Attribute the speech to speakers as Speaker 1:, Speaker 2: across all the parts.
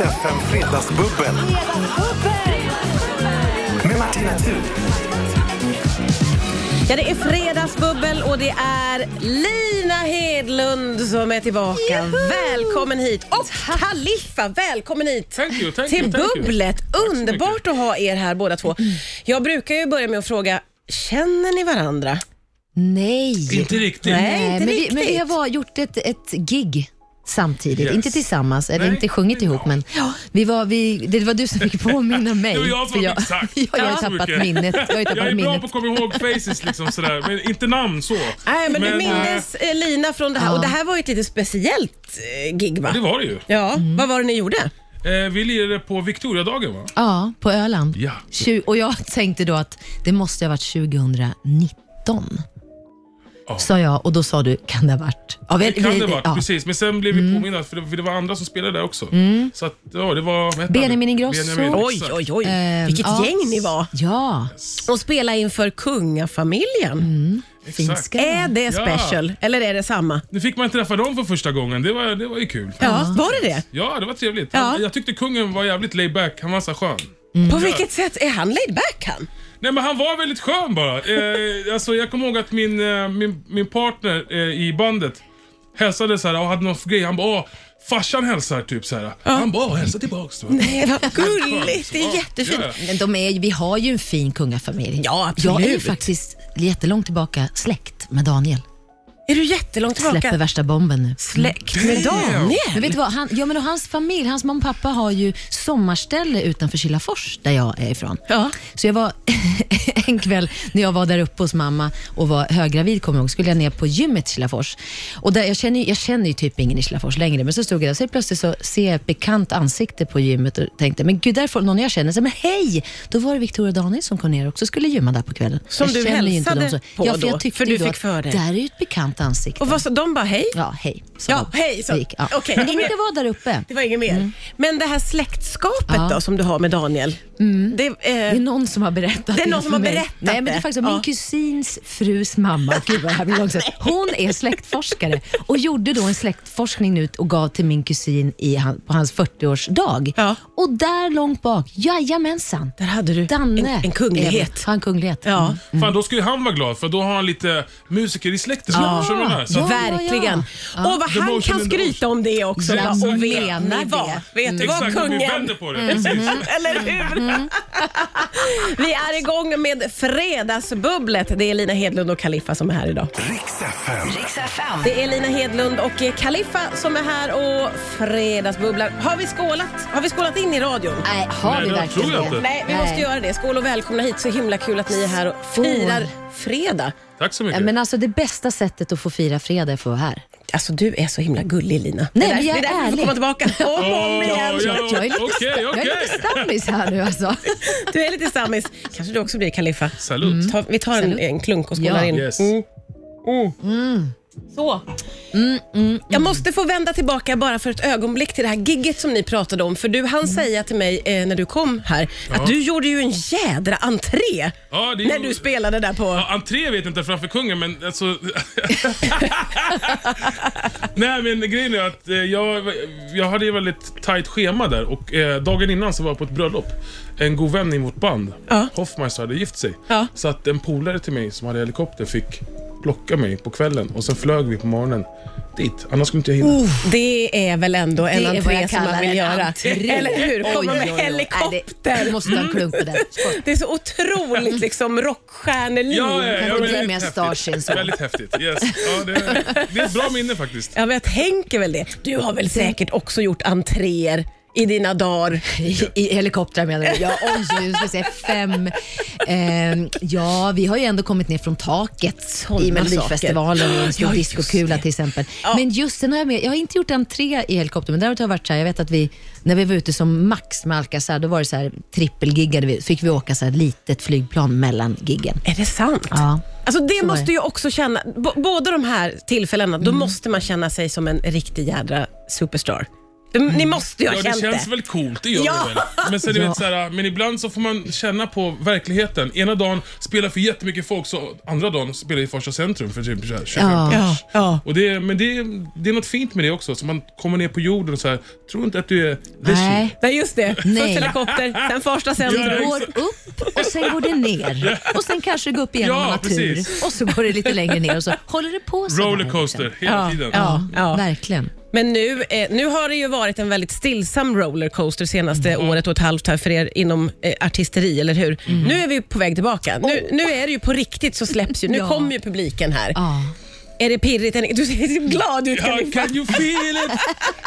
Speaker 1: FM Fredagsbubbel med Martina Thun.
Speaker 2: Ja, det är fredagsbubbel och det är Lina Hedlund som är tillbaka. Välkommen hit! Och Khalifa, välkommen hit
Speaker 3: Thank you, thank
Speaker 2: till
Speaker 3: you, thank you.
Speaker 2: bubblet.
Speaker 3: Tack så
Speaker 2: Underbart
Speaker 3: mycket.
Speaker 2: att ha er här båda två. Jag brukar ju börja med att fråga, känner ni varandra?
Speaker 4: Nej.
Speaker 3: Inte riktigt.
Speaker 2: Nej. inte
Speaker 4: men, vi,
Speaker 2: riktigt.
Speaker 4: men vi har var- gjort ett, ett gig samtidigt.
Speaker 3: Yes.
Speaker 4: Inte tillsammans, eller
Speaker 3: Nej,
Speaker 4: inte sjungit
Speaker 3: inte
Speaker 4: ihop, men ja, vi var, vi, det var du som fick påminna mig.
Speaker 3: Det var jag som
Speaker 4: för jag,
Speaker 3: fick sagt.
Speaker 4: Ja, jag har ju
Speaker 3: Tack så
Speaker 4: tappat
Speaker 3: mycket.
Speaker 4: minnet. Jag har ju
Speaker 3: Jag
Speaker 4: tappat
Speaker 3: är bra
Speaker 4: minnet.
Speaker 3: på att komma ihåg faces liksom sådär, men inte namn så.
Speaker 2: Nej, men, du
Speaker 3: Men,
Speaker 2: mindes eh, Lina från det här och det här var ju ett lite speciellt eh, gig va?
Speaker 3: Det var det ju.
Speaker 2: Ja,
Speaker 4: Mm.
Speaker 2: vad var det ni gjorde?
Speaker 3: Eh, vi lirade på Victoriadagen va?
Speaker 4: Ja, på Öland.
Speaker 3: Ja.
Speaker 4: Tju- och jag tänkte då att det måste ha varit 2019.
Speaker 3: Ja.
Speaker 4: Sa jag och då sa du, kan det ha varit? Ja,
Speaker 3: Det
Speaker 4: väl-
Speaker 3: kan det
Speaker 4: vi-
Speaker 3: vara,
Speaker 4: ja.
Speaker 3: precis. Men sen blev
Speaker 2: Mm.
Speaker 3: vi påminna, för det, för det var andra som spelade där också. Så att, ja, det var... vad hette
Speaker 4: Benjamin
Speaker 3: han?
Speaker 4: Ingrosso.
Speaker 3: Benjamin,
Speaker 2: Oj,
Speaker 3: exakt.
Speaker 2: oj, oj.
Speaker 4: Ehm,
Speaker 2: Vilket
Speaker 4: ja.
Speaker 2: gäng ni var.
Speaker 4: Ja,
Speaker 2: Och spela inför kungafamiljen.
Speaker 4: Mm. fint
Speaker 3: Exakt.
Speaker 4: ska det
Speaker 2: Är
Speaker 4: vara.
Speaker 2: det
Speaker 3: Ja.
Speaker 2: special eller är det samma?
Speaker 3: Nu fick man träffa dem för första gången, det var, det var ju kul.
Speaker 2: Ja, var det det?
Speaker 3: Ja, det var trevligt.
Speaker 2: Ja.
Speaker 3: Han, jag tyckte kungen var jävligt laid back, han var så skön.
Speaker 2: På vilket sätt? Är han laid back han?
Speaker 3: Nej men han var väldigt skön bara. Eh, alltså, jag kommer ihåg att min, eh, min, min partner eh, i bandet hälsade så här och hade någon grej. Han bara "Åh, farsan hälsar typ så här. Han bara "Åh, hälsa tillbaks då.
Speaker 2: Nej, vad gulligt. Det är jättefint.
Speaker 3: Ja,
Speaker 4: Men de är, ju- vi har ju en fin kungafamilj.
Speaker 2: Ja, absolut.
Speaker 4: Jag är ju faktiskt jättelångt tillbaka släkt med Daniel.
Speaker 2: Är du jättelångt
Speaker 4: Släpper
Speaker 2: tillbaka?
Speaker 4: värsta bomben nu. Mm.
Speaker 2: Släkt med
Speaker 3: Damn.
Speaker 4: Men
Speaker 2: Daniel?
Speaker 4: vet du vad? Han, ja, men och hans familj, hans mamma och pappa har ju sommarställe utanför Kilafors där jag är ifrån.
Speaker 2: Ja.
Speaker 4: Så jag var en kväll när jag var där uppe hos mamma och var höggravid, kommer jag ihåg, skulle jag ner på gymmet i Kilafors. Och där, jag, känner ju, jag känner ju typ ingen i Kilafors längre, men så stod jag där och så plötsligt så ser jag ett bekant ansikte på gymmet och tänkte, men gud, där får någon jag känner. Så, men hej! Då var det Victoria Daniel som kom ner och också skulle gymma där på kvällen.
Speaker 2: Som
Speaker 4: jag
Speaker 2: du
Speaker 4: känner ju inte
Speaker 2: hälsade
Speaker 4: dem
Speaker 2: på
Speaker 4: ja, för
Speaker 2: då,
Speaker 4: jag tyckte
Speaker 2: för du
Speaker 4: ju då
Speaker 2: fick
Speaker 4: att
Speaker 2: för dig.
Speaker 4: Där är ju ett bekant ansikte.
Speaker 2: Och vad sa de bara hej?
Speaker 4: Ja, hej. sa
Speaker 2: Ja,
Speaker 4: de.
Speaker 2: hej, sa-
Speaker 4: Det gick, ja.
Speaker 2: Okej,
Speaker 4: Men de
Speaker 2: ingen-
Speaker 4: inte vara där uppe.
Speaker 2: Det var inget mer. Men det här släktskapet
Speaker 4: Mm. Ja. Mm.
Speaker 2: då som du har med Daniel? Det, eh,
Speaker 4: Det är någon som har berättat
Speaker 2: är någon
Speaker 4: för
Speaker 2: som har
Speaker 4: mig.
Speaker 2: berättat
Speaker 4: Nej, men det
Speaker 2: det.
Speaker 4: är faktiskt
Speaker 2: Ja.
Speaker 4: min kusins frus mamma. Gud vad det här blir långsamt. Hon är släktforskare och gjorde då en släktforskning ut och gav till min kusin i han, på hans 40-årsdag.
Speaker 2: Ja.
Speaker 4: Och där långt bak, jajamensan,
Speaker 2: där hade du
Speaker 4: Danne.
Speaker 2: en, en
Speaker 4: Ehm,
Speaker 2: kunglighet.
Speaker 4: Han kunglighet.
Speaker 2: Ja.
Speaker 4: Mm.
Speaker 3: Fan, då ska ju han vara glad för då har han lite musiker i släkten. Ja. Förstår du vad jag menar? Så att-
Speaker 4: Ja,
Speaker 2: Verkligen.
Speaker 4: ja, ja.
Speaker 2: Och vad
Speaker 3: The
Speaker 2: han
Speaker 3: motion
Speaker 2: kan
Speaker 3: and the
Speaker 2: skryta om det också.
Speaker 3: Ja,
Speaker 2: va?
Speaker 3: exakt.
Speaker 2: Och vet
Speaker 4: Menar
Speaker 2: ni
Speaker 4: det.
Speaker 2: vad? Vet du vad
Speaker 3: Mm. Exakt, om vi
Speaker 2: kungen Mm.
Speaker 3: vänder på det. Precis.
Speaker 2: Eller hur?
Speaker 4: Mm.
Speaker 2: Vi är igång med Fredagsbubblet. Det är Lina Hedlund och Kaliffa som är här idag.
Speaker 1: Riks FM.
Speaker 2: Det är Lina Hedlund och eh, Kaliffa som är här och Fredagsbubblan. Har vi skålat? Har vi skålat in i radion?
Speaker 4: Nej, har
Speaker 3: Nej,
Speaker 4: vi
Speaker 3: det
Speaker 4: verkligen
Speaker 3: tror jag
Speaker 4: det?
Speaker 3: inte.
Speaker 2: Nej, vi
Speaker 4: Nej.
Speaker 2: måste göra det. Skål och välkomna hit. Så himla kul att ni är här och firar fredag.
Speaker 3: Tack så
Speaker 4: Ja,
Speaker 3: mycket.
Speaker 4: men alltså det bästa sättet att få fira fredag är att få vara här.
Speaker 2: Alltså du är så himla gullig Lina.
Speaker 4: Nej,
Speaker 2: det är
Speaker 4: men jag
Speaker 2: det är
Speaker 4: är
Speaker 2: därför du får
Speaker 4: ärlig.
Speaker 2: komma tillbaka om och om
Speaker 3: Åh,
Speaker 2: igen.
Speaker 3: ja.
Speaker 4: Jag är lite,
Speaker 3: Okej,
Speaker 4: jag är
Speaker 3: okej.
Speaker 4: lite stammis här nu alltså.
Speaker 2: Du är lite stammis. Kanske du också blir Kaliffa.
Speaker 3: Salut.
Speaker 2: Ta, vi tar en,
Speaker 4: Salut.
Speaker 2: en klunk och skålar
Speaker 4: Ja.
Speaker 2: in.
Speaker 3: Yes.
Speaker 2: Så.
Speaker 4: Mm,
Speaker 2: Jag måste få vända tillbaka bara för ett ögonblick till det här gigget som ni pratade om. För du hann
Speaker 4: Mm.
Speaker 2: säga till mig eh, när du kom här att du gjorde ju en jädra entré
Speaker 3: Ja, det
Speaker 2: när
Speaker 3: gjorde-
Speaker 2: du spelade där på...
Speaker 3: Ja, entré vet jag inte framför kungen, men alltså... Nej, men grejen är att eh, jag, jag hade ju väldigt tajt schema där och eh, dagen innan så var jag på ett bröllop. En god vän i vårt band,
Speaker 2: Ja.
Speaker 3: Hoffmeister, hade gift sig.
Speaker 2: Ja.
Speaker 3: Så att en polare till mig som hade helikopter fick plocka mig på kvällen och sen flög vi på morgonen dit. Annars skulle inte jag hinna.
Speaker 2: Oh, Det är väl ändå en
Speaker 4: Det är vad
Speaker 2: entré
Speaker 4: jag
Speaker 2: som man
Speaker 4: kallar
Speaker 2: vill
Speaker 4: en
Speaker 2: göra.
Speaker 4: entré.
Speaker 2: Eller hur? Komma med
Speaker 4: Nej, det- Mm.
Speaker 2: helikopter.
Speaker 4: Du måste ha en klunk på den.
Speaker 2: Det är så otroligt liksom rockstjärneliv.
Speaker 3: Ja, ja, ja,
Speaker 4: Det
Speaker 3: men
Speaker 4: blir
Speaker 3: väldigt
Speaker 4: mer
Speaker 3: häftigt.
Speaker 4: Starshine så.
Speaker 3: Väldigt häftigt. Yes. Ja, det, det är ett bra minne faktiskt.
Speaker 2: Ja, men jag tänker väl det. Du har
Speaker 4: Mm.
Speaker 2: väl säkert också gjort entréer i dina dagar?
Speaker 4: I, I helikoptrar menar du? Ja, oj, nu ska jag säga fem. Ehm, ja, vi har ju ändå kommit ner från taket
Speaker 2: Såna
Speaker 4: i Melodifestivalen och en stor
Speaker 2: Ja, just
Speaker 4: discokula
Speaker 2: det.
Speaker 4: till exempel.
Speaker 2: Ja.
Speaker 4: Men just sen har jag med, jag har inte gjort entré i helikoptern, men däremot har jag varit så här, jag vet att vi, när vi var ute som Max med Alcazar, då var det så här trippelgiggade vi, fick vi åka så här litet flygplan mellan giggen.
Speaker 2: Är det sant?
Speaker 4: Ja.
Speaker 2: Alltså det
Speaker 4: Så är
Speaker 2: måste
Speaker 4: det. Mm.
Speaker 2: ju också känna, b- båda de här tillfällena, då måste man känna sig som en riktig jädra superstar.
Speaker 4: Mm.
Speaker 2: Ni måste ju ha
Speaker 3: Ja, det
Speaker 2: känt
Speaker 3: känns
Speaker 2: det.
Speaker 3: väl coolt, det gör
Speaker 2: Ja.
Speaker 3: det väl. Men, sen, du vet, så här, men ibland så får man känna på verkligheten. Ena dagen spelar för jättemycket folk, så andra dagen spelar i Farsta centrum för typ så här 25
Speaker 4: Ja.
Speaker 2: Ja, ja.
Speaker 3: Och det, men det, det är något fint med det också, så man kommer ner på jorden och så här, tror inte att du är the shit.
Speaker 4: Nej.
Speaker 2: Nej, just det.
Speaker 4: Nej.
Speaker 2: Först helikopter, sen Farsta
Speaker 3: Ja,
Speaker 4: Det
Speaker 2: centrum.
Speaker 3: ja.
Speaker 4: går upp och sen går det ner. Och sen kanske det går upp igen om
Speaker 3: Ja,
Speaker 4: man har tur.
Speaker 3: precis.
Speaker 4: Och så går det lite längre ner och så håller det på så där.
Speaker 3: Rollercoaster hela
Speaker 2: Ja,
Speaker 3: tiden.
Speaker 2: ja.
Speaker 4: Ja, verkligen.
Speaker 2: Men nu, eh, nu har det ju varit en väldigt stillsam rollercoaster senaste
Speaker 4: Mm.
Speaker 2: året och ett halvt här för er inom eh, artisteri, eller hur? Nu är vi på väg tillbaka. Nu, nu är det ju på riktigt så släpps ju. Nu
Speaker 4: Oh. Ja.
Speaker 2: kommer ju publiken här.
Speaker 4: Ja.
Speaker 2: Är det pirrigt? Är- Du ser så glad ut
Speaker 3: Ja,
Speaker 2: Kalifa.
Speaker 3: can you feel it?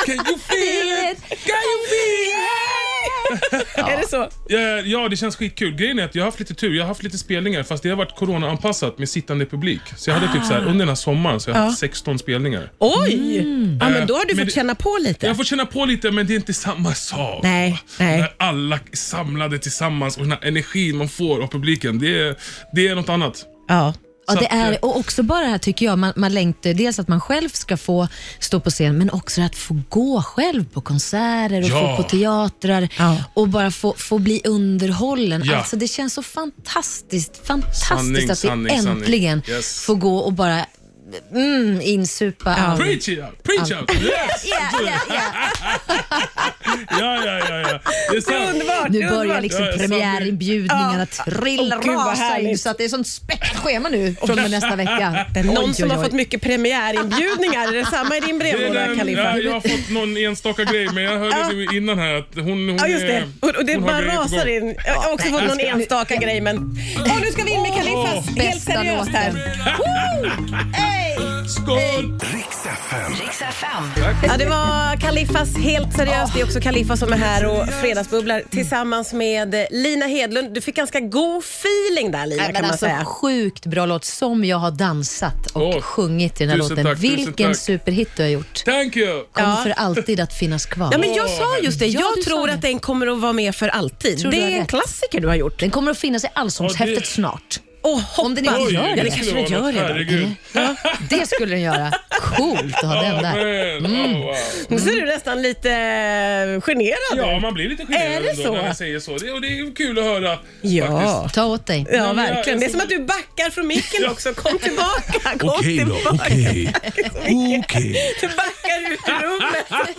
Speaker 3: Can you feel it? Can you feel it?
Speaker 2: Är det så?
Speaker 3: Ja, ja, det känns skitkul. Grejen är att jag har haft lite tur. Jag har haft lite spelningar fast det har varit corona-anpassat med sittande publik. Så jag hade typ så
Speaker 2: Ah.
Speaker 3: här, under den här sommaren så har jag haft 16 spelningar.
Speaker 2: Oj!
Speaker 4: Mm.
Speaker 2: Ja, men då har du
Speaker 3: Eh, Men
Speaker 2: fått
Speaker 3: det-
Speaker 2: känna på lite.
Speaker 3: Jag får känna på lite men det är inte samma sak.
Speaker 2: Nej, nej.
Speaker 3: När alla samlade tillsammans och den här energin man får av publiken, det är, det är något annat.
Speaker 2: Ja.
Speaker 4: Ja,
Speaker 3: Så
Speaker 4: det
Speaker 3: att, eh,
Speaker 4: är, och också bara det här tycker jag, man, man längtar dels att man själv ska få stå på scen, men också att få gå själv på konserter och
Speaker 3: Ja.
Speaker 4: få på teatrar
Speaker 2: Ja.
Speaker 4: och bara få, få bli underhållen.
Speaker 3: Ja.
Speaker 4: Alltså det känns så fantastiskt, fantastiskt
Speaker 3: Sanning,
Speaker 4: att vi
Speaker 3: sanning, sanning.
Speaker 4: äntligen
Speaker 3: Yes.
Speaker 4: får gå och bara mm, insupa all-
Speaker 3: Preach it out! Preach out! Yes!
Speaker 4: Ja, ja, ja.
Speaker 3: Ja, ja, ja. ja. Det är sant.
Speaker 2: Underbart!
Speaker 4: Nu börjar
Speaker 2: underbart.
Speaker 4: liksom
Speaker 3: Ja, ja,
Speaker 4: premiärinbjudningarna trilla
Speaker 2: Åh, gud, vad
Speaker 4: rasa in
Speaker 2: härligt.
Speaker 4: så att det är sånt späckt schema nu från och med nästa vecka.
Speaker 2: Det är någon
Speaker 4: Oj,
Speaker 2: som
Speaker 4: oj,
Speaker 2: har
Speaker 4: oj.
Speaker 2: fått mycket premiärinbjudningar. Är det samma i din
Speaker 3: Det är
Speaker 2: brevlåda
Speaker 3: den,
Speaker 2: Kalifa?
Speaker 3: ja, jag har fått någon enstaka grej, men jag hörde det innan här att hon, hon
Speaker 2: Ja, just det.
Speaker 3: är-
Speaker 2: Och, och det
Speaker 3: hon har
Speaker 2: bara
Speaker 3: grejer på
Speaker 2: rasar
Speaker 3: gång.
Speaker 2: in. Jag har också fått någon enstaka grej, men... Åh, nu ska vi in med Kalifas
Speaker 4: Åh,
Speaker 2: helt
Speaker 4: Mm. bästa
Speaker 2: seriöst
Speaker 4: låten.
Speaker 2: här.
Speaker 3: Skål!
Speaker 1: Riks FM.
Speaker 2: Ja, det var Kalifas helt seriöst. Det är också Kalifa som är här och Fredagsbubblar tillsammans med eh, Lina Hedlund. Du fick ganska god feeling där, Lina, kan
Speaker 4: Nej, men
Speaker 2: man
Speaker 4: alltså,
Speaker 2: säga.
Speaker 4: sjukt bra låt som jag har dansat och
Speaker 3: Åh,
Speaker 4: sjungit i den här
Speaker 3: tusen
Speaker 4: låten.
Speaker 3: tack, tusen
Speaker 4: Vilken
Speaker 3: tack.
Speaker 4: superhit du har gjort.
Speaker 3: Thank you!
Speaker 4: Kommer
Speaker 2: Ja.
Speaker 4: för alltid att finnas kvar.
Speaker 2: Ja, men jag sa just det.
Speaker 4: Ja,
Speaker 2: Jag
Speaker 4: du sa
Speaker 2: tror
Speaker 4: det.
Speaker 2: att den kommer att vara med för alltid.
Speaker 4: Tror du
Speaker 2: det
Speaker 4: har
Speaker 2: är en
Speaker 4: rätt.
Speaker 2: klassiker du har gjort.
Speaker 4: Den kommer att finnas i Allsångshäftet
Speaker 3: Ja, det-
Speaker 4: snart.
Speaker 2: Och hoppas.
Speaker 4: Om den inte
Speaker 3: Oj,
Speaker 4: gör det.
Speaker 2: Ja, det Mm.
Speaker 4: det
Speaker 2: kanske
Speaker 3: skulle
Speaker 2: den
Speaker 3: vara
Speaker 2: gör
Speaker 3: något.
Speaker 2: redan.
Speaker 3: Herregud.
Speaker 4: Det skulle den göra. Coolt att ha den där.
Speaker 3: Oh, man. Oh, wow.
Speaker 2: Nu ser liksom, du nästan lite eh, generad
Speaker 3: Ja,
Speaker 2: ut.
Speaker 3: man blir lite generad
Speaker 2: Är det
Speaker 3: ändå
Speaker 2: så?
Speaker 3: när jag säger så. Det, och det är ju kul att höra faktiskt.
Speaker 2: Ja.
Speaker 4: Ta åt dig.
Speaker 2: Ja,
Speaker 3: men jag-
Speaker 2: verkligen. Det är
Speaker 3: jag-
Speaker 2: som att du backar från micken också. Kom tillbaka. Kom
Speaker 1: Okej då,
Speaker 2: tillbaka.
Speaker 1: okej. Okej.
Speaker 2: Du backar ut ur rummet.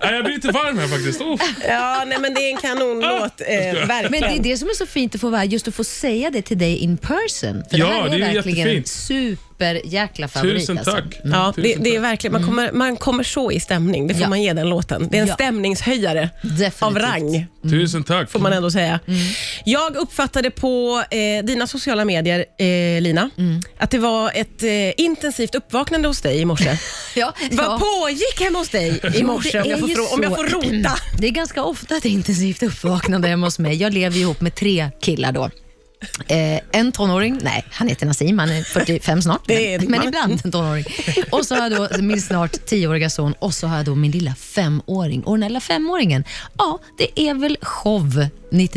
Speaker 3: Ja, jag blir lite varm här faktiskt. Oh.
Speaker 2: Ja, nej, men det är en kanonlåt. Eh,
Speaker 4: Men det är
Speaker 2: verkligen.
Speaker 4: det som är så fint att få vara just att få säga det till dig in person. För
Speaker 3: Ja,
Speaker 4: det här är,
Speaker 3: det är
Speaker 4: verkligen en
Speaker 3: jättefint.
Speaker 4: superjäkla favorit.
Speaker 3: Tusen
Speaker 4: alltså.
Speaker 3: tack.
Speaker 2: Ja, det,
Speaker 3: Mm, Tusen
Speaker 2: det är
Speaker 3: tack.
Speaker 2: verkligen, man, kommer, man kommer så i stämning, det får
Speaker 4: Ja.
Speaker 2: man ge den låten. Det är en
Speaker 4: Ja.
Speaker 2: stämningshöjare
Speaker 4: Definitivt.
Speaker 2: av rang,
Speaker 3: Tusen tack.
Speaker 2: får man ändå säga.
Speaker 4: Mm.
Speaker 2: Jag uppfattade på eh, dina sociala medier, eh, Lina,
Speaker 4: Mm.
Speaker 2: att det var ett eh, intensivt uppvaknande hos dig i morse.
Speaker 4: Ja, ja.
Speaker 2: Vad pågick hemma hos dig i morse, om
Speaker 4: det
Speaker 2: jag,
Speaker 4: är
Speaker 2: får
Speaker 4: ju
Speaker 2: tro, om jag
Speaker 4: så.
Speaker 2: får rota?
Speaker 4: Det är ganska ofta ett intensivt uppvaknande hemma hos mig. Jag lever ju ihop med tre killar då. Eh, en tonåring, nej han heter Nassim, han är 45 snart,
Speaker 2: Det är
Speaker 4: men,
Speaker 2: din
Speaker 4: men
Speaker 2: man.
Speaker 4: ibland en tonåring. Och så har jag då min snart 10-åriga son och så har jag då min lilla femåring. Och den här lilla femåringen, ja det är väl show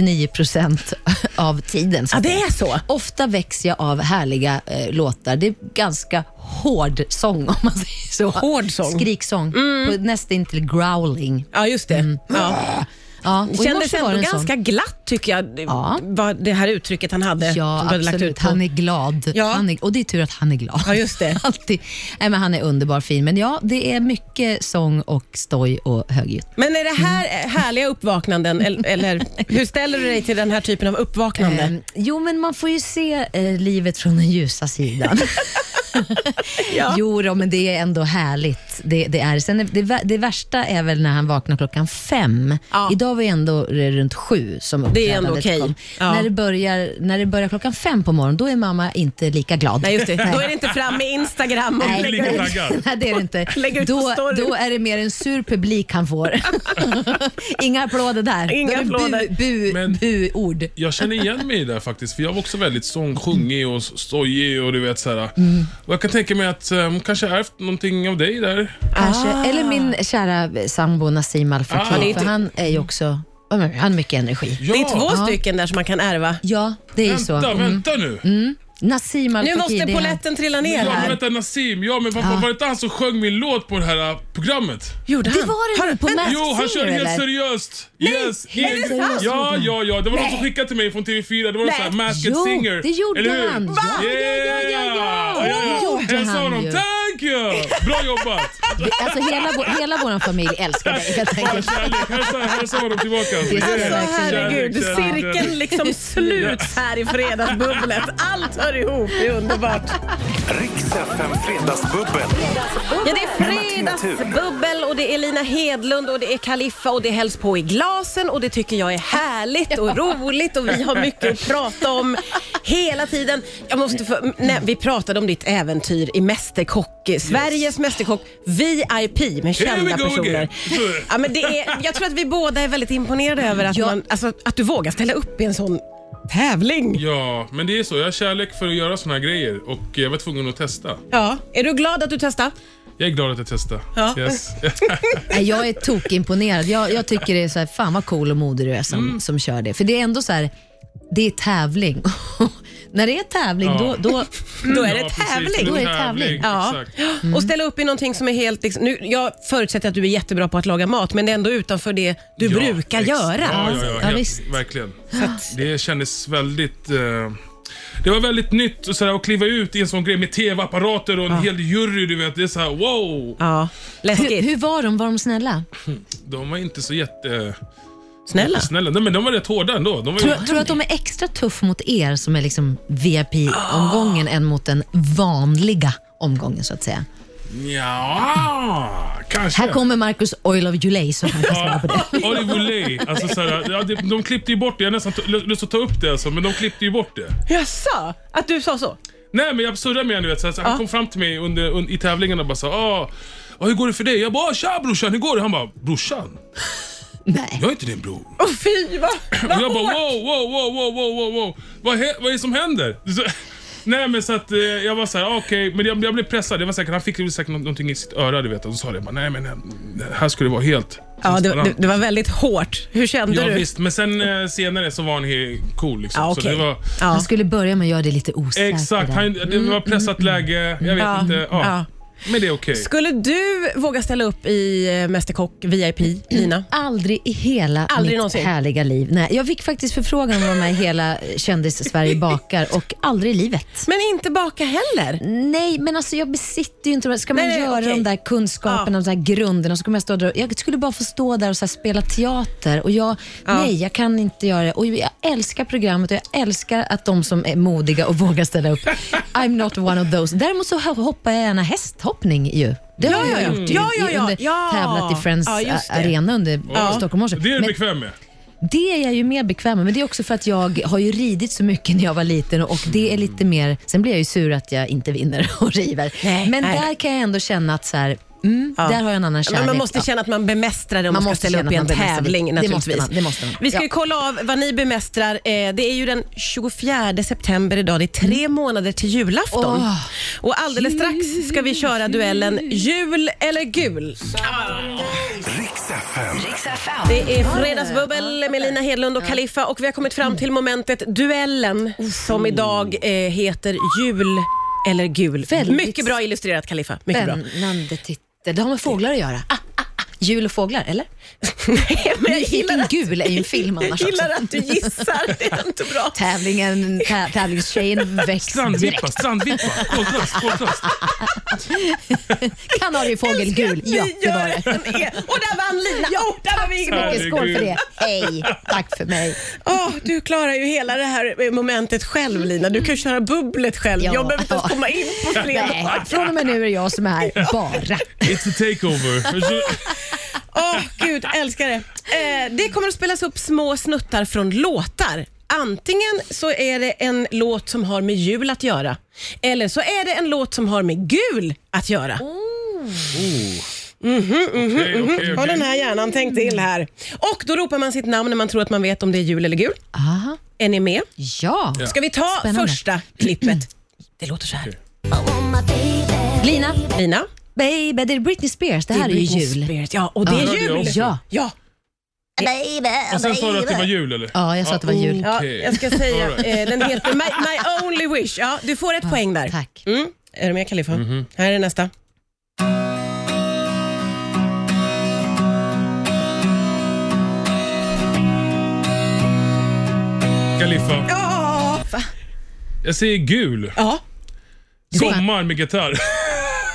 Speaker 4: 99% av tiden. så
Speaker 2: Ja,
Speaker 4: att
Speaker 2: det
Speaker 4: säga.
Speaker 2: är så.
Speaker 4: Ofta väcks jag av härliga eh, låtar. Det är ganska hård sång om man säger så.
Speaker 2: Hård sång. Mm.
Speaker 4: Skriksång, på, nästintill growling.
Speaker 2: Ja, just det. Ja.
Speaker 4: Mm. Ja, och i
Speaker 2: Det kändes
Speaker 4: morse var
Speaker 2: ändå
Speaker 4: det en sån.
Speaker 2: ganska glatt tycker jag,
Speaker 4: Ja.
Speaker 2: vad det här uttrycket han hade.
Speaker 4: Ja,
Speaker 2: som du hade lagt ut
Speaker 4: absolut.
Speaker 2: på.
Speaker 4: Han är glad.
Speaker 2: Ja.
Speaker 4: Han är, och det är tur att han är glad.
Speaker 2: Ja, just det.
Speaker 4: Alltid. Nej, men han är underbar fin. Men ja, det är mycket sång och stoj och högljutt.
Speaker 2: Men är det här
Speaker 4: Mm.
Speaker 2: härliga uppvaknanden eller, eller hur ställer du dig till den här typen av uppvaknande?
Speaker 4: Ehm, jo, men man får ju se eh, livet från den ljusa sidan.
Speaker 2: Ja.
Speaker 4: Jo då, men det är ändå härligt. Det, det, är. Sen är, det, vä- det värsta är väl när han vaknar klockan fem.
Speaker 2: Ja.
Speaker 4: Idag var ju ändå r- runt sju som uppträdandet
Speaker 2: ändå okej.
Speaker 4: kom.
Speaker 2: Ja.
Speaker 4: När, det börjar, när det börjar klockan fem på morgonen, då är mamma inte lika glad.
Speaker 2: Nej, just det. Då är det inte fram med Instagram och
Speaker 3: Nej.
Speaker 2: lägga ut.
Speaker 3: Lika taggad.
Speaker 4: Nej, det är det inte.
Speaker 2: Lägg ut på
Speaker 4: Då,
Speaker 2: story.
Speaker 4: då är det mer en sur publik han får. Inga applåder där.
Speaker 2: Inga
Speaker 4: då är
Speaker 2: applåder.
Speaker 4: det bu, bu,
Speaker 3: Men-
Speaker 4: bu-ord.
Speaker 3: Jag känner igen mig i det där faktiskt, för jag var också väldigt sång, sjungig och stojig och du vet såhär. Och jag kan tänka mig att um, kanske jag ärvt någonting av dig där.
Speaker 4: Kanske. Eller min kära sambo Nassim Al
Speaker 3: Ah.
Speaker 4: Fakir,
Speaker 3: Han är ju
Speaker 4: för
Speaker 2: ty-
Speaker 4: han är ju också, han har mycket energi.
Speaker 3: Ja,
Speaker 2: Det är två stycken där som man kan ärva.
Speaker 4: Ja, det är ju så.
Speaker 3: Vänta,
Speaker 4: Mm.
Speaker 3: vänta nu.
Speaker 4: Nassim al
Speaker 2: Nu måste
Speaker 4: Fakir, det är-
Speaker 2: poletten trilla ner
Speaker 3: Ja, men
Speaker 2: här.
Speaker 3: vänta Nassim. Ja, men varför
Speaker 4: Ja.
Speaker 3: var det inte han som sjöng min låt på det här äh, programmet?
Speaker 2: Gjorde alltså,
Speaker 4: Det var det nu på Masked
Speaker 3: Jo, han körde
Speaker 4: Singer,
Speaker 3: helt
Speaker 4: eller?
Speaker 3: seriöst. Yes.
Speaker 2: är det
Speaker 3: yes.
Speaker 2: sant?
Speaker 3: Ja, ja, ja. Det var någon som skickade till mig från TV4. Det var
Speaker 2: Nej.
Speaker 3: såhär Masked
Speaker 4: Jo,
Speaker 3: Singer.
Speaker 4: det gjorde
Speaker 3: eller hur?
Speaker 4: han. Va? Ja, ja, ja, ja, ja.
Speaker 3: Yeah.
Speaker 4: Det gjorde
Speaker 3: Hälsa
Speaker 4: han
Speaker 3: honom.
Speaker 4: ju.
Speaker 3: Thank you! Bra jobbat!
Speaker 4: Vi- Alltså hela, vår, hela vår familj älskar dig helt
Speaker 3: Bara
Speaker 4: enkelt.
Speaker 3: kärlek. Hälsa, hälsa honom tillbaka.
Speaker 4: Det är så
Speaker 2: Alltså
Speaker 4: verkligen.
Speaker 2: herregud,
Speaker 3: kärlek.
Speaker 2: cirkeln liksom sluts här i fredagsbubblet. Allt hör ihop, det är underbart.
Speaker 1: Riks FM Fredagsbubbel.
Speaker 2: Ja, det är fredagsbubbel och det är Lina Hedlund och det är Kaliffa och det hälls på i glasen och det tycker jag är härligt och roligt och vi har mycket att prata om hela tiden. Jag måste få, nej, vi pratade om ditt äventyr i Mästerkock, eh, Sveriges Mästerkock VIP med
Speaker 3: Here we
Speaker 2: kända
Speaker 3: go
Speaker 2: personer.
Speaker 3: again.
Speaker 2: Ja, men det är, jag tror att vi båda är väldigt imponerade över att,
Speaker 4: Ja.
Speaker 2: man, alltså, att du vågar ställa upp i en sån tävling.
Speaker 3: Ja, men det är så. Jag har kärlek för att göra såna här grejer och jag var tvungen att testa.
Speaker 2: Ja. Är du glad att du testade?
Speaker 3: Jag är glad att jag testade.
Speaker 2: Ja.
Speaker 3: Yes.
Speaker 4: Nej, Jag är tokimponerad. Jag, jag tycker det är så här, fan vad cool och modig du är som,
Speaker 3: Mm.
Speaker 4: som kör det. För det är ändå så här, det är tävling. När det är tävling,
Speaker 3: Ja.
Speaker 4: då, då,
Speaker 2: Då är det
Speaker 3: Ja, precis.
Speaker 2: tävling.
Speaker 4: Då är det tävling.
Speaker 2: Ja. Mm.
Speaker 3: Exakt.
Speaker 2: Och ställa upp i någonting som är helt... Liksom, nu, jag förutsätter att du är jättebra på att laga mat, men det är ändå utanför det du
Speaker 3: Ja,
Speaker 2: brukar
Speaker 3: ex-
Speaker 2: göra.
Speaker 3: Ja, ja, ja,
Speaker 4: Ja,
Speaker 3: helt,
Speaker 4: visst.
Speaker 3: verkligen. Det kändes väldigt... Eh, det var väldigt nytt och sådär, att kliva ut i en sån grej med TV-apparater och en hel jury. Du vet, det är såhär wow.
Speaker 2: Ja,
Speaker 4: hur,
Speaker 2: läskigt.
Speaker 4: hur var de? Var de snälla?
Speaker 3: De var inte så jätte,
Speaker 2: Snälla.
Speaker 3: snälla. Nej, men de var rätt hårda ändå. De var
Speaker 4: Tror, tror du att de är extra tuff mot er som är liksom VIP-omgången än mot den vanliga omgången så att säga?
Speaker 3: Ja, kanske.
Speaker 4: Här kommer Marcus Oil of Julay som han kan svara på det.
Speaker 3: Oliver Lay. Alltså, såhär, ja, de, de klippte ju bort det. Jag har nästan t- lust att ta upp det, alltså, men de klippte ju bort det.
Speaker 2: Jaså? Att du sa så?
Speaker 3: Nej men jag surrade med honom, du vet. Så här, så Han kom fram till mig under, un, i tävlingen och bara sa ah, ah, hur går det för dig? Jag bara, ah, tja brorsan, hur går det? Han bara, brorsan?
Speaker 4: Nej.
Speaker 3: Jag är inte din bror.
Speaker 2: Åh fy, vad,
Speaker 3: Och
Speaker 2: vad
Speaker 3: jag bara,
Speaker 2: hårt.
Speaker 3: wow, wow, wow, wow, wow, wow, wow. Vad, hä- vad är det som händer? Så, nej men så att eh, jag var så här, ah, okej, men jag, jag blev pressad. Det var säkert, han fick väl säkert nå- någonting i sitt öra, du vet. Och så sa det, jag bara, nej men eh, här skulle det vara helt
Speaker 2: Ja, det, det,
Speaker 3: transparent."
Speaker 2: det var väldigt hårt. Hur kände
Speaker 3: Ja
Speaker 2: du?
Speaker 3: visst, men sen eh, senare så var han helt cool liksom.
Speaker 2: Ja,
Speaker 3: så
Speaker 2: okej.
Speaker 3: det var,
Speaker 4: Han
Speaker 2: Ja.
Speaker 4: skulle börja med att göra det lite osäkert.
Speaker 3: exakt, han, det var pressat läge, jag vet
Speaker 2: Mm. Ja,
Speaker 3: inte. Ja.
Speaker 2: ja.
Speaker 3: Men det är okej.
Speaker 2: Skulle du våga ställa upp i eh, Mästerkock VIP, Lina?
Speaker 4: Mm. Aldrig i hela
Speaker 2: Aldrig
Speaker 4: mitt
Speaker 2: någonsin.
Speaker 4: härliga liv. Nej, jag fick faktiskt förfrågan om att vara med i hela Kändis-Sverige bakar och aldrig i livet.
Speaker 2: Men inte baka heller?
Speaker 4: Nej, men alltså jag besitter ju inte de här- Ska man
Speaker 2: Nej,
Speaker 4: göra
Speaker 2: okej.
Speaker 4: de där kunskaperna, de där grunderna, så kommer jag stå där och, Jag skulle bara få stå där och så här spela teater och jag, nej, jag kan inte göra det. Och jag älskar programmet och jag älskar att de som är modiga och vågar ställa upp, I'm not one of those. Däremot så hoppar jag gärna hästhoppning ju. Det har
Speaker 2: Ja,
Speaker 4: jag
Speaker 2: ja, ja.
Speaker 4: gjort. ju.
Speaker 2: Ja, ja, ja.
Speaker 4: Under,
Speaker 2: Ja.
Speaker 4: Tävlat i Friends
Speaker 2: Ja, just det.
Speaker 4: arena under Stockholm Morse.
Speaker 3: Det är du
Speaker 4: Men-
Speaker 3: bekväm med.
Speaker 4: Det är jag ju mer bekväm med, men det är också för att jag har ju ridit så mycket när jag var liten och det
Speaker 2: Mm.
Speaker 4: är lite mer, sen blir jag ju sur att jag inte vinner och river.
Speaker 2: Nej,
Speaker 4: men
Speaker 2: nej.
Speaker 4: där kan jag ändå känna att så här, mm, där har jag en annan kärlek.
Speaker 2: Men man måste
Speaker 4: Ja.
Speaker 2: känna att man bemästrar det om
Speaker 4: Man
Speaker 2: man,
Speaker 4: måste
Speaker 2: ska ställa
Speaker 4: känna
Speaker 2: upp i
Speaker 4: att
Speaker 2: en
Speaker 4: man bemästrar det.
Speaker 2: tävling
Speaker 4: Det måste
Speaker 2: naturligtvis.
Speaker 4: man, det måste man.
Speaker 2: Vi ska ju
Speaker 4: Ja.
Speaker 2: kolla av vad ni bemästrar. Eh, Det är ju den 24 september idag. Det är tre månader till julafton.
Speaker 4: Mm. Åh.
Speaker 2: Och alldeles strax ska vi köra duellen jul eller gul.
Speaker 1: Riks FM.
Speaker 2: Det är Fredagsbubbel med Lina Hedlund och Kaliffa och vi har kommit fram
Speaker 4: Mm.
Speaker 2: till momentet duellen som idag eh, heter jul eller gul.
Speaker 4: Väldigt-
Speaker 2: Mycket bra illustrerat Kaliffa. Mycket bra.
Speaker 4: Spännande titel. Det har med fåglar att göra. Ah, ah, ah. Jul och fåglar, eller?
Speaker 2: Nej, men jag gillar
Speaker 4: Nyfiken
Speaker 2: att,
Speaker 4: gul är ju en film annars
Speaker 2: jag gillar
Speaker 4: också.
Speaker 2: att du gissar. Det är inte bra.
Speaker 4: Tävlingen, tä- tävlingstjejen väcks direkt.
Speaker 3: Strandvippa, strandvippa. Koltrast, koltrast.
Speaker 4: Kanariefågel gul. Ja,
Speaker 2: Vi
Speaker 4: det
Speaker 2: gör
Speaker 4: var det.
Speaker 2: en E. Och där vann Lina.
Speaker 4: Ja,
Speaker 2: oh, där var vi igång.
Speaker 4: Mycket skål för
Speaker 3: Herregud.
Speaker 4: det. Hej, tack för mig.
Speaker 2: Åh, du klarar ju hela det här eh, momentet själv Lina. Du kan ju köra bubblet själv.
Speaker 4: Ja.
Speaker 2: Jag behöver inte ens
Speaker 4: Ja.
Speaker 2: komma in på
Speaker 4: Nej,
Speaker 2: fredag.
Speaker 4: från och med nu är det jag som är här, bara.
Speaker 3: It's a takeover.
Speaker 2: Åh gud, älskar det. Eh, det kommer att spelas upp små snuttar från låtar. Antingen så är det en låt som har med jul att göra, eller så är det en låt som har med gul att göra.
Speaker 3: Okej, okej,
Speaker 2: Har den
Speaker 3: okej.
Speaker 2: här hjärnan tänkt till här. Och då ropar man sitt namn när man tror att man vet om det är jul eller gul.
Speaker 4: Aha.
Speaker 2: Är ni med?
Speaker 4: Ja.
Speaker 2: Ska vi ta
Speaker 4: Spännande.
Speaker 2: första klippet? Det låter så här.
Speaker 4: Lina,
Speaker 2: Lina?
Speaker 4: baby, det är Britney Spears. Det här är,
Speaker 2: Britney
Speaker 4: ju jul.
Speaker 2: Spears. Ja, och det är
Speaker 3: Ja, det är
Speaker 2: jul.
Speaker 3: också.
Speaker 4: Ja.
Speaker 2: Ja.
Speaker 3: Och sen sa du att det var jul eller?
Speaker 4: Ja, jag sa att det var jul.
Speaker 2: Ja,
Speaker 3: okej.
Speaker 2: jag ska säga,
Speaker 3: All right.
Speaker 2: eh, den heter My, My Only Wish. Ja, du får ett poäng där.
Speaker 4: Tack.
Speaker 2: Mm. Är du med Khalifa? Här är nästa.
Speaker 3: Kaliffa.
Speaker 2: Ja,
Speaker 3: Jag säger gul.
Speaker 2: ja.
Speaker 3: Sommar med gitarr.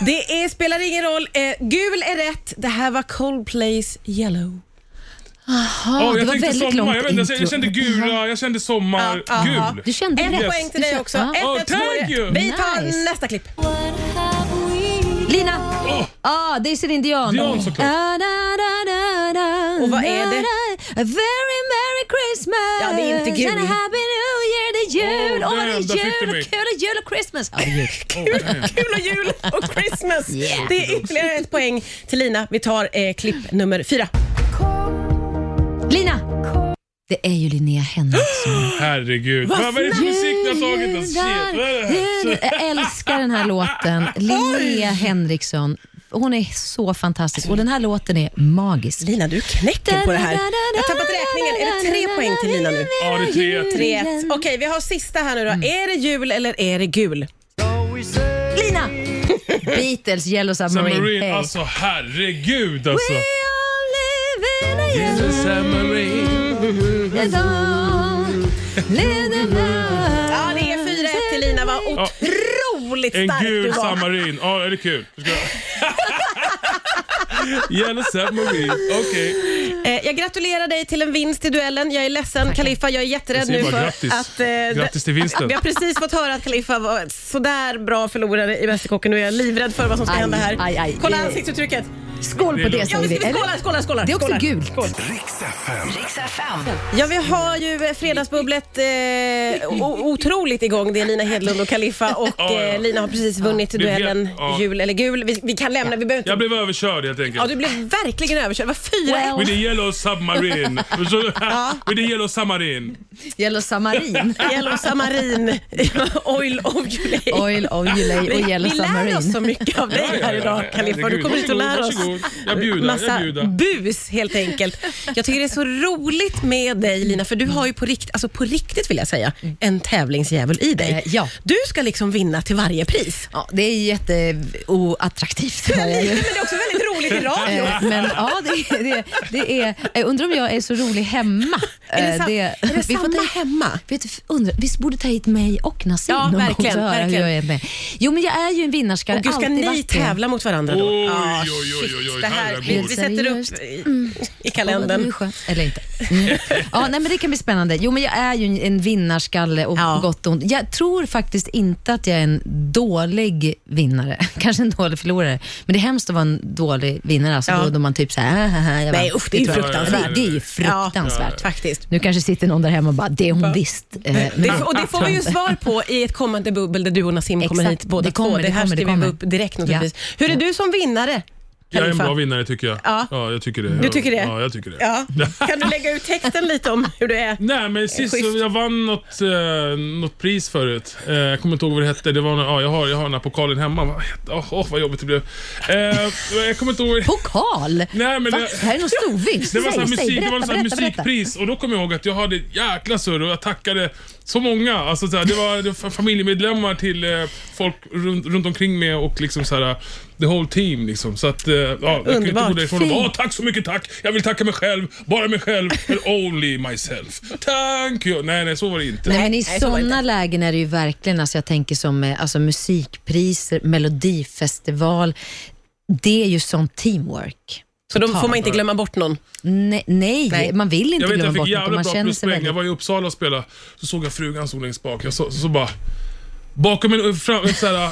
Speaker 2: det är, spelar ingen roll. Eh, gul är rätt. Det här var Coldplays Yellow.
Speaker 4: Ja,
Speaker 3: Ja,
Speaker 4: det
Speaker 3: jag tänkte
Speaker 4: var väldigt
Speaker 3: sommar.
Speaker 4: långt
Speaker 3: Jag, vet, inte, jag
Speaker 4: intro.
Speaker 3: kände gula, jag kände sommar,
Speaker 2: Ja, ja, ja.
Speaker 3: gul.
Speaker 4: Du kände
Speaker 2: Ett
Speaker 4: Mm, rätt.
Speaker 2: poäng till
Speaker 4: Du
Speaker 2: dig
Speaker 4: kände-
Speaker 2: också.
Speaker 4: Ja.
Speaker 2: Ett,
Speaker 3: Oh,
Speaker 2: ett, två är
Speaker 3: thank
Speaker 2: det.
Speaker 3: you.
Speaker 2: Vi tar
Speaker 4: Nice.
Speaker 2: nästa klipp.
Speaker 4: Lina!
Speaker 3: Åh.
Speaker 4: Ah, det är Céline Dion.
Speaker 3: Dion, såklart.
Speaker 4: Ah, da, da, da, da,
Speaker 2: Och vad är
Speaker 4: da,
Speaker 2: det?
Speaker 4: da. A very merry Christmas.
Speaker 2: Ja, det är inte gul.
Speaker 4: And a happy new year. Det är jul.
Speaker 3: Åh,
Speaker 4: Åh,
Speaker 3: damn,
Speaker 4: det
Speaker 3: där
Speaker 4: är
Speaker 3: fick du
Speaker 4: jul
Speaker 3: mig.
Speaker 4: och kul och jul och Christmas. Ja, det är jul.
Speaker 3: Åh, damn.
Speaker 2: Kul och jul och Christmas. Det är ytterligare ett poäng till Lina. Vi tar eh, klipp nummer fyra.
Speaker 4: Lina! Det är ju Linnea Henriksson.
Speaker 3: Herregud. Vad är det för musik du har tagit? Alltså, shit. Vad är det här?
Speaker 4: Jul, Jag älskar den här låten. Linnea Henriksson. Hon är så fantastisk och den här låten är magisk.
Speaker 2: Lina, du knäcker på det här. Jag har tappat räkningen. Är det tre poäng till Lina nu?
Speaker 3: Ja, det är tre.
Speaker 2: Tre, ett. Okej, vi har sista här nu då. Är det jul eller är det gul?
Speaker 4: Lina! Beatles, Yellow Submarine.
Speaker 3: Submarine,
Speaker 4: Hey.
Speaker 3: alltså herregud alltså.
Speaker 4: We are living in a song. Live the night.
Speaker 2: Ja, det är 4-1 till Lina. Vad otroligt
Speaker 3: En
Speaker 2: stark du
Speaker 3: gul
Speaker 2: var.
Speaker 3: submarin. Ja, är det kul? Ska jag- Yellow submarine. Okej.
Speaker 2: Eh, jag gratulerar dig till en vinst i duellen. Jag är ledsen Khalifa, jag är jätterädd
Speaker 3: Jag säger
Speaker 2: nu
Speaker 3: bara
Speaker 2: för
Speaker 3: grattis.
Speaker 2: att... eh,
Speaker 3: Grattis till vinsten.
Speaker 2: Vi har precis fått höra att Khalifa var sådär bra förlorare i Mästerkocken. Nu är jag livrädd för vad som ska
Speaker 4: Aj,
Speaker 2: hända här.
Speaker 4: aj, aj.
Speaker 2: Kolla
Speaker 4: Det-
Speaker 2: ansiktsuttrycket.
Speaker 4: Skål på
Speaker 3: Det är
Speaker 4: det
Speaker 3: lugnt.
Speaker 2: Ja,
Speaker 4: säger
Speaker 2: vi
Speaker 4: vi.
Speaker 2: ska
Speaker 4: Eller?
Speaker 2: skålar, skålar, skålar.
Speaker 4: Det är också
Speaker 2: skålar.
Speaker 4: gult.
Speaker 1: Riks FM.
Speaker 2: Ja, vi har ju eh, Fredagsbubblet eh, o- otroligt igång. Det är Lina Hedlund och Khalifa och
Speaker 3: Ja, ja.
Speaker 2: eh, Lina har precis vunnit
Speaker 3: blev-
Speaker 2: duellen
Speaker 3: ja.
Speaker 2: jul eller gul. Vi, vi kan lämna, vi behöver
Speaker 3: Jag
Speaker 2: inte...
Speaker 3: blev överkörd helt
Speaker 2: Ja,
Speaker 3: enkelt.
Speaker 2: du blev verkligen överkörd. Det var fyra
Speaker 4: Well.
Speaker 3: With the yellow submarine. With the yellow submarine.
Speaker 4: Yellow Submarine.
Speaker 2: Yellow Samarin, Oil Ovulate.
Speaker 4: Oil of Julay och
Speaker 2: Vi,
Speaker 4: Yellow
Speaker 2: vi lär oss så
Speaker 4: Submarine.
Speaker 2: mycket av dig
Speaker 3: Ja, ja,
Speaker 2: här
Speaker 3: ja, ja,
Speaker 2: idag,
Speaker 3: ja,
Speaker 2: Khalifa. Du
Speaker 3: herregud.
Speaker 2: kommer hit och lär oss
Speaker 3: Varsågod, varsågod. Jag bjuder, jag
Speaker 2: massa
Speaker 3: bjuder.
Speaker 2: bus helt enkelt. Jag tycker det är så roligt med dig Lina, för du har ju på riktigt, alltså på riktigt vill jag säga, en tävlingsdjävul i dig.
Speaker 4: Eh, ja.
Speaker 2: Du ska liksom vinna till varje pris.
Speaker 4: Ja, det är jätteoattraktivt. har jag ju.
Speaker 2: Men det är också väldigt roligt i radio.
Speaker 4: Eh, Men ja, det, det, det är... Jag undrar om jag är så rolig hemma.
Speaker 2: Är det,
Speaker 4: Eh,
Speaker 2: sam- är det
Speaker 4: vi får ta
Speaker 2: samma
Speaker 4: hit-
Speaker 2: hemma?
Speaker 4: Vet, du, undrar, visst borde ta hit mig och Nassim
Speaker 2: Ja,
Speaker 4: någon gång
Speaker 2: verkligen,
Speaker 4: så höra
Speaker 2: verkligen.
Speaker 4: hur jag är med. Jo, men jag är ju en vinnarskalle.
Speaker 2: Och gud, ska
Speaker 4: alltid
Speaker 2: ni
Speaker 4: varit det.
Speaker 2: tävla mot varandra då?
Speaker 3: Oj,
Speaker 2: Ah,
Speaker 3: oj, oj,
Speaker 2: shit,
Speaker 3: oj, oj,
Speaker 2: det här,
Speaker 3: herregud.
Speaker 2: vi, vi sätter upp i, i kalendern.
Speaker 4: Ja, det är skönt. Eller inte. Mm. Ja, nej, men det kan bli spännande. Jo, men jag är ju en- en vinnarskalle och
Speaker 2: Ja.
Speaker 4: gott och ont. Jag tror faktiskt inte att jag är en dålig vinnare. Kanske en dålig förlorare. Men det är hemskt att vara en dålig vinnare. Alltså,
Speaker 2: Ja.
Speaker 4: då, då man typ såhär... "Ah, ah, ah", jag
Speaker 2: Nej,
Speaker 4: bara,
Speaker 2: usch, det är
Speaker 4: tror jag-
Speaker 2: fruktansvärt.
Speaker 4: Det är ju fruktansvärt.
Speaker 2: Ja, faktiskt.
Speaker 4: Nu kanske sitter någon där hemma och bara, det är hon visst. Eh, men
Speaker 2: Det, och det får
Speaker 4: tror
Speaker 2: vi ju
Speaker 4: jag inte.
Speaker 2: svar på i ett kommande bubbel där du och Nassim kommer hit
Speaker 4: Exakt.
Speaker 2: båda
Speaker 4: Det kommer,
Speaker 2: två.
Speaker 4: det
Speaker 2: Det här
Speaker 4: kommer, det
Speaker 2: skriver vi upp
Speaker 4: kommer.
Speaker 2: direkt naturligtvis. Hur är du som vinnare?
Speaker 3: Jag är en
Speaker 2: Khalifa?
Speaker 3: bra vinnare tycker jag.
Speaker 2: Ja.
Speaker 3: jag tycker det.
Speaker 2: Du tycker det?
Speaker 3: Ja, jag tycker det.
Speaker 2: Ja. Kan du lägga ut texten lite om hur du är?
Speaker 3: Nej, men sist
Speaker 2: Schysst.
Speaker 3: så jag vann något, eh, något pris förut. Eh, jag kommer inte ihåg vad det hette. Det var, nå- ja, jag, har, jag har den här pokalen hemma. Vad hette- Åh, åh, vad jobbigt det blev. Eh, jag kommer inte ihåg vad det
Speaker 4: Pokal?
Speaker 3: Nej, men
Speaker 4: Va?
Speaker 3: det-
Speaker 4: Det här är någon storvinst.
Speaker 3: Det var, så här
Speaker 4: Säg, säg,
Speaker 3: musik, det var
Speaker 4: berätta,
Speaker 3: så här
Speaker 4: berätta, berätta.
Speaker 3: musikpris och då kommer jag ihåg att jag hade ett jäkla surr och jag tackade så många. Alltså så här, det, var, det var familjemedlemmar till eh, folk runt, runt omkring mig och liksom så här, the whole team. Liksom. Så att, eh, ja, jag kunde inte
Speaker 2: Underbart,
Speaker 3: gå därifrån och bara,
Speaker 4: fint.
Speaker 3: "Åh, tack så mycket, tack. Jag vill tacka mig själv, bara mig själv, and only myself. Thank you. Nej, nej, så var det inte.
Speaker 4: Nej, men i
Speaker 2: nej, så var det
Speaker 4: sådana lägen är det ju verkligen, alltså jag tänker som eh, alltså musikpriser, melodifestival. Det är ju sån teamwork.
Speaker 2: Så då får
Speaker 4: Totalt.
Speaker 2: man inte glömma bort någon.
Speaker 4: Nej, nej,
Speaker 2: Nej.
Speaker 4: man vill inte
Speaker 3: Jag vet
Speaker 4: glömma
Speaker 3: jag
Speaker 4: bort
Speaker 3: fick
Speaker 4: något.
Speaker 3: jävla
Speaker 4: Man
Speaker 3: bra
Speaker 4: känner sig
Speaker 3: pluspoäng. Jag
Speaker 4: väldigt...
Speaker 3: var i Uppsala och spelade, så såg jag frugan stod längst bak. Jag så, så bara, bakom en, fram, så här,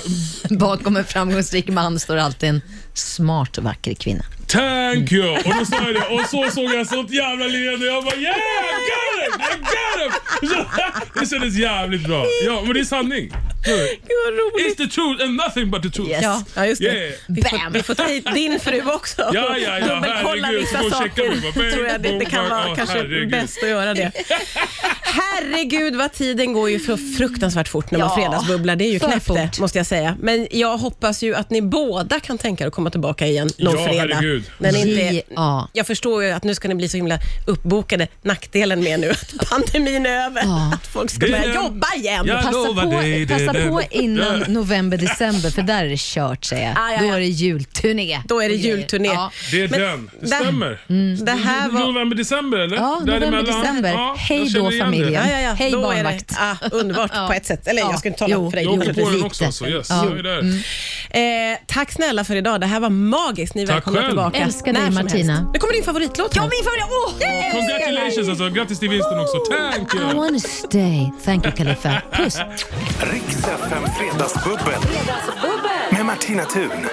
Speaker 4: Bakom en framgångsrik man står alltid en smart och vacker kvinna.
Speaker 3: Thank you! Och då sa jag det och så såg jag sånt jävla leende jag bara yeah! I got him! I got him! Så- Det kändes jävligt bra. Ja, men det är sanning.
Speaker 2: Gud vad
Speaker 3: It's
Speaker 2: roligt.
Speaker 3: the truth and nothing but the truth.
Speaker 2: Yes. Ja. ja, just det.
Speaker 3: Yeah.
Speaker 2: Vi, får,
Speaker 4: Bam.
Speaker 2: vi får ta hit din fru också.
Speaker 3: Ja, ja, ja.
Speaker 2: Dubbelkolla
Speaker 3: Herregud,
Speaker 2: vissa
Speaker 3: gå och checka nu, vad
Speaker 2: saker.
Speaker 3: bäng,
Speaker 2: Tror jag det, det kan
Speaker 3: bong,
Speaker 2: vara
Speaker 3: ja,
Speaker 2: kanske
Speaker 3: herregud.
Speaker 2: bäst att göra det. Herregud vad tiden går ju så fruktansvärt fort när man
Speaker 4: Ja,
Speaker 2: fredagsbubblar. Det är ju
Speaker 4: för
Speaker 2: knäppt det,
Speaker 4: fort.
Speaker 2: måste jag säga. Men jag hoppas ju att ni båda kan tänka er att komma tillbaka igen någon
Speaker 3: Ja,
Speaker 2: fredag.
Speaker 3: herregud.
Speaker 2: När ni inte är,
Speaker 4: Ja.
Speaker 2: jag förstår ju att nu ska ni bli så himla uppbokade. Nackdelen med nu att pandemin är över,
Speaker 4: Ja.
Speaker 2: att folk ska börja jobba igen.
Speaker 3: Jag
Speaker 4: Passa
Speaker 3: lovar
Speaker 4: på,
Speaker 3: dig, det-
Speaker 4: passa
Speaker 3: det-
Speaker 4: på
Speaker 3: det-
Speaker 4: innan november, december för där är det kört säger jag.
Speaker 2: Ah, ja, ja.
Speaker 4: Då är det julturné.
Speaker 2: Då är det
Speaker 4: Och grejer.
Speaker 2: julturné.
Speaker 4: Ja.
Speaker 3: Det är
Speaker 2: Men
Speaker 3: den. Det
Speaker 2: där-
Speaker 3: stämmer.
Speaker 2: Det här var...
Speaker 3: November, december eller?
Speaker 4: Ja,
Speaker 3: Däremellan.
Speaker 4: november, december.
Speaker 3: Ja, jag
Speaker 4: Hej
Speaker 3: känner
Speaker 4: då
Speaker 3: igen
Speaker 4: familjen.
Speaker 2: Ja, ja, ja.
Speaker 4: Hej
Speaker 2: Då är
Speaker 4: barnvakt.
Speaker 2: det, ah, underbart på ett sätt. Eller
Speaker 4: Ja.
Speaker 2: jag ska inte tala
Speaker 4: Jo,
Speaker 2: för dig.
Speaker 3: det. Jag åker på den
Speaker 4: Lite.
Speaker 3: också så yes.
Speaker 4: Ja.
Speaker 3: Jag är där.
Speaker 2: Eh, tack snälla för idag. Det här var magiskt. Ni är
Speaker 3: Tack
Speaker 2: välkomna
Speaker 3: själv.
Speaker 2: tillbaka.
Speaker 4: Älskar dig,
Speaker 2: när som
Speaker 4: Martina.
Speaker 2: helst. Nu kommer din favoritlåt. Ja, min favorit.
Speaker 3: Congratulations alltså. Grattis till vinsten också. Thank
Speaker 4: I
Speaker 3: you.
Speaker 4: wanna stay. Thank you Khalifa. Puss.
Speaker 1: Riks FM Fredagsbubbel. Med Martina Thun.